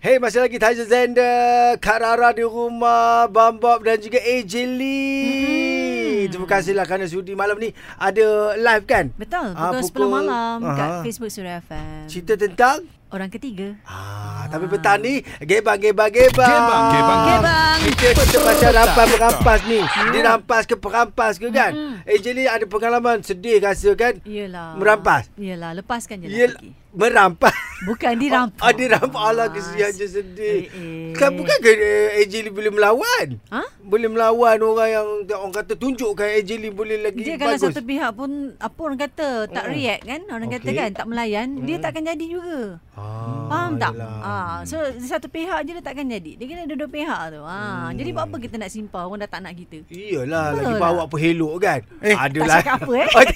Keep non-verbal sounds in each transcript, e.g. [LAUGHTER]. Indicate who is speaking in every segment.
Speaker 1: Hey, masih lagi Tyson Zender, Kak Rara di rumah, Bambop dan juga AJ
Speaker 2: Hmm.
Speaker 1: Lee. Terima kasihlah kerana sudi malam ni ada live kan?
Speaker 2: Betul,
Speaker 1: Ah,
Speaker 2: pukul, pukul 10 malam uh-huh. kat
Speaker 1: Aha.
Speaker 2: Facebook Suria FM.
Speaker 1: Cerita tentang
Speaker 2: Orang ketiga.
Speaker 1: Ah, tapi petang ni gebang gebang gebang.
Speaker 3: Gebang, gebang,
Speaker 2: Gebang. Hmm.
Speaker 1: Kita kita macam rampas merampas ni. Dia rampas ke perampas ke kan? Eh jadi ada pengalaman sedih rasa kan?
Speaker 2: Yelah.
Speaker 1: Merampas.
Speaker 2: Yelah, lepaskan je
Speaker 1: Ye
Speaker 2: lah pergi.
Speaker 1: merampas. [LAUGHS]
Speaker 2: Bukan dirampas.
Speaker 1: Ada rampas Allah Ah, kesian je sedih.
Speaker 2: Eh, eh.
Speaker 1: Kan bukan ke eh, AJ Lee boleh melawan?
Speaker 2: Ha?
Speaker 1: Boleh melawan orang yang orang kata tunjukkan AJ Lee boleh lagi
Speaker 2: Dia kalau
Speaker 1: bagus.
Speaker 2: satu pihak pun apa orang kata tak
Speaker 1: Mm-mm.
Speaker 2: react kan orang kata
Speaker 1: Okey. Mm.
Speaker 2: kan tak melayan dia takkan jadi juga.
Speaker 1: Ah,
Speaker 2: Faham tak?
Speaker 1: yelah.
Speaker 2: Ah, so satu pihak je dia takkan jadi. Dia kena dua-dua pihak tu. Ah,
Speaker 1: Hmm.
Speaker 2: jadi buat apa kita nak simpau orang dah tak nak kita.
Speaker 1: Iyalah lagi
Speaker 2: Betul lah.
Speaker 1: bawa pelok kan. Eh, ada
Speaker 2: tak
Speaker 1: lah.
Speaker 2: cakap
Speaker 1: [LAUGHS]
Speaker 2: apa, eh.
Speaker 1: Oh,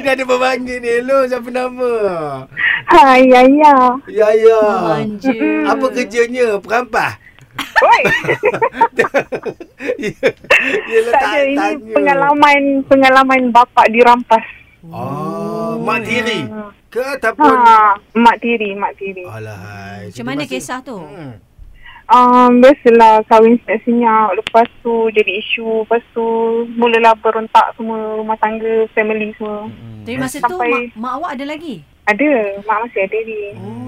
Speaker 1: Dia ada pemanggil ni. Hello, siapa nama?
Speaker 4: Hai, ya, ya.
Speaker 1: Ya, ya.
Speaker 2: Manja.
Speaker 1: Apa kerjanya? Perampas? [LAUGHS]
Speaker 4: Oi,
Speaker 1: Ya, Yelah,
Speaker 4: tak ada. Ini pengalaman pengalaman bapa dirampas.
Speaker 1: Oh, mak tiri
Speaker 2: Ah.
Speaker 1: ke ataupun?
Speaker 2: Oh.
Speaker 4: Ha, mak tiri, mak tiri.
Speaker 1: Alahai.
Speaker 2: Macam mana kisah tu?
Speaker 1: Hmm.
Speaker 4: Um, biasalah kahwin senyap-senyap. Lepas tu jadi isu. Lepas tu mulalah berontak semua rumah tangga, family semua.
Speaker 2: Tapi masa tu
Speaker 4: Sampai-
Speaker 2: mak, mak awak ada lagi.
Speaker 4: Ada, mak masih ada ni.
Speaker 2: Oh.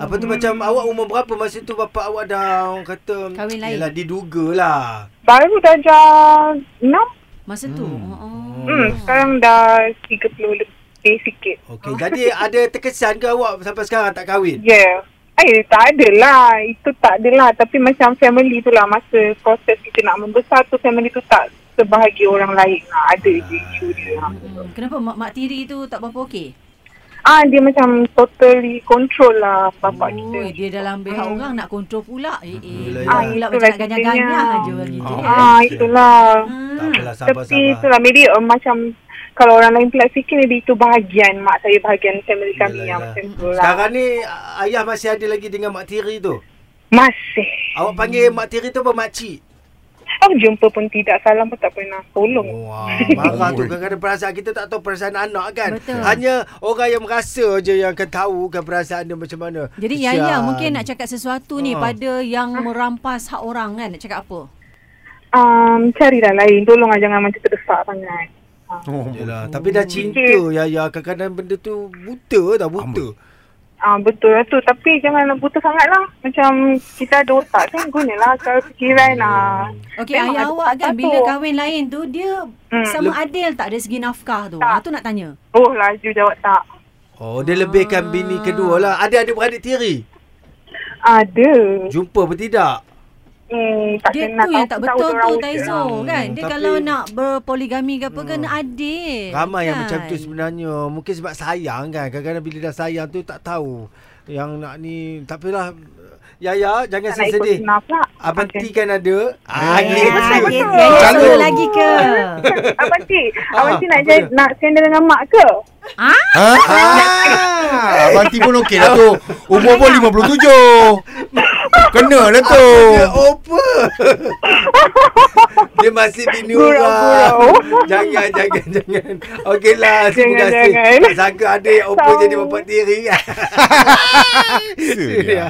Speaker 1: Apa tu macam awak umur berapa masa tu bapa awak dah orang kata
Speaker 2: Kahwin lain.
Speaker 1: Yelah diduga lah
Speaker 4: Baru dah jah 6.
Speaker 2: Masa tu. Hmm. Oh.
Speaker 4: Hmm, sekarang dah 30 lebih sikit.
Speaker 2: Oh.
Speaker 1: Okey jadi ada terkesan ke awak sampai sekarang tak kahwin?
Speaker 4: Yeah. Eh, tak adalah. Itu tak adalah. Tapi macam family tu lah. Masa proses kita nak membesar tu, family tu tak sebahagia orang lain lah. Ada je isu dia.
Speaker 2: Hmm. Kenapa mak, mak tiri tu tak berapa okey?
Speaker 4: Ah, dia macam totally control lah bapak kita.
Speaker 2: Oi, dia dalam behak orang nak kontrol pula. Eh, eh.
Speaker 1: Yelah,
Speaker 2: Ah,
Speaker 1: yelah.
Speaker 2: pula
Speaker 4: Itulah
Speaker 2: macam nak ganyang-ganyang
Speaker 4: kitanya.
Speaker 2: je orang kita.
Speaker 1: Oh.
Speaker 2: kan?
Speaker 4: Ah, itulah.
Speaker 1: Tak
Speaker 2: Hmm.
Speaker 1: apalah
Speaker 4: Tapi
Speaker 1: sabar-sabar
Speaker 4: itulah. Maybe uh, macam kalau orang lain pula fikir, maybe itu bahagian mak saya, bahagian family kami
Speaker 1: Yelah,
Speaker 4: yang
Speaker 2: Hmm.
Speaker 4: macam
Speaker 1: yelah.
Speaker 4: tu lah.
Speaker 1: Sekarang ni a- ayah masih ada lagi dengan mak tiri tu
Speaker 4: Masih.
Speaker 1: Awak panggil
Speaker 2: Hmm.
Speaker 1: mak tiri tu apa makcik?
Speaker 4: Aku jumpa pun tidak. Salam pun tak pernah. Tolong.
Speaker 1: Wah, marah tu kadang-kadang perasaan kita tak tahu perasaan anak kan.
Speaker 2: Betul.
Speaker 1: Hanya orang yang merasa je yang akan tahu kan perasaan dia macam mana.
Speaker 2: Jadi
Speaker 1: Kesian.
Speaker 2: Yaya mungkin nak cakap sesuatu ni
Speaker 1: Ha.
Speaker 2: pada yang merampas hak orang kan. Nak cakap apa?
Speaker 4: Um, carilah lain. Tolonglah jangan macam terdesak sangat. Ah.
Speaker 1: Yelah, tapi dah
Speaker 4: Hmm.
Speaker 1: cinta Yaya kadang-kadang benda tu buta tau, buta.
Speaker 4: Ah betul lah tu tapi jangan buta sangat lah macam kita ada otak kan gunalah akal fikiran lah
Speaker 2: Okey, ayah
Speaker 4: Memang ada Hmm.
Speaker 2: awak kan
Speaker 4: sesuatu.
Speaker 2: bila kahwin lain tu dia sama adil tak dari segi nafkah tu. Ah, tu nak tanya.
Speaker 4: oh laju jawab tak
Speaker 1: Oh, dia lebihkan bini
Speaker 2: Ah.
Speaker 1: kedua lah. Ada adik beradik tiri.
Speaker 4: ada
Speaker 1: Jumpa apa tidak?
Speaker 4: hmm, tak
Speaker 2: Dia
Speaker 4: kenal
Speaker 2: tu yang tak betul tu Taizo
Speaker 1: Hmm,
Speaker 2: kan. Dia
Speaker 1: tapi- Hmm.
Speaker 2: kalau nak berpoligami ke apa kena adil.
Speaker 1: Ramai yang macam tu
Speaker 2: kan?
Speaker 1: sebenarnya. Mungkin sebab sayang kan. Kadang-kadang bila dah sayang tu tak tahu yang nak ni. Tapi lah Yaya ya, jangan
Speaker 4: tak nak ikut
Speaker 1: sedih.
Speaker 4: senang pula
Speaker 1: Abang
Speaker 4: Okey.
Speaker 1: T kan ada. Ah,
Speaker 2: Ya,
Speaker 1: gitu.
Speaker 2: ya, ya,
Speaker 4: Betul.
Speaker 2: ya,
Speaker 3: Calon.
Speaker 2: suruh lagi ke?
Speaker 4: [LAUGHS] Abang Cik Abang
Speaker 1: Ah,
Speaker 4: Cik nak,
Speaker 1: apa
Speaker 4: jadi,
Speaker 1: dia?
Speaker 4: nak sandal dengan mak ke?
Speaker 3: Ha? Ah, Abang T pun okey lah tu. Umur pun 57. Kena lah tu.
Speaker 1: Dia Opa. [LAUGHS] Dia masih bini orang.
Speaker 4: Gurau-gurau.
Speaker 1: Jangan, jangan, jangan. Okeylah, terima
Speaker 4: Jangan,
Speaker 1: kasih.
Speaker 4: jangan.
Speaker 1: Tak sangka ada yang opa
Speaker 4: Tahu.
Speaker 1: jadi bapak tiri kan. [LAUGHS]
Speaker 3: Sudah.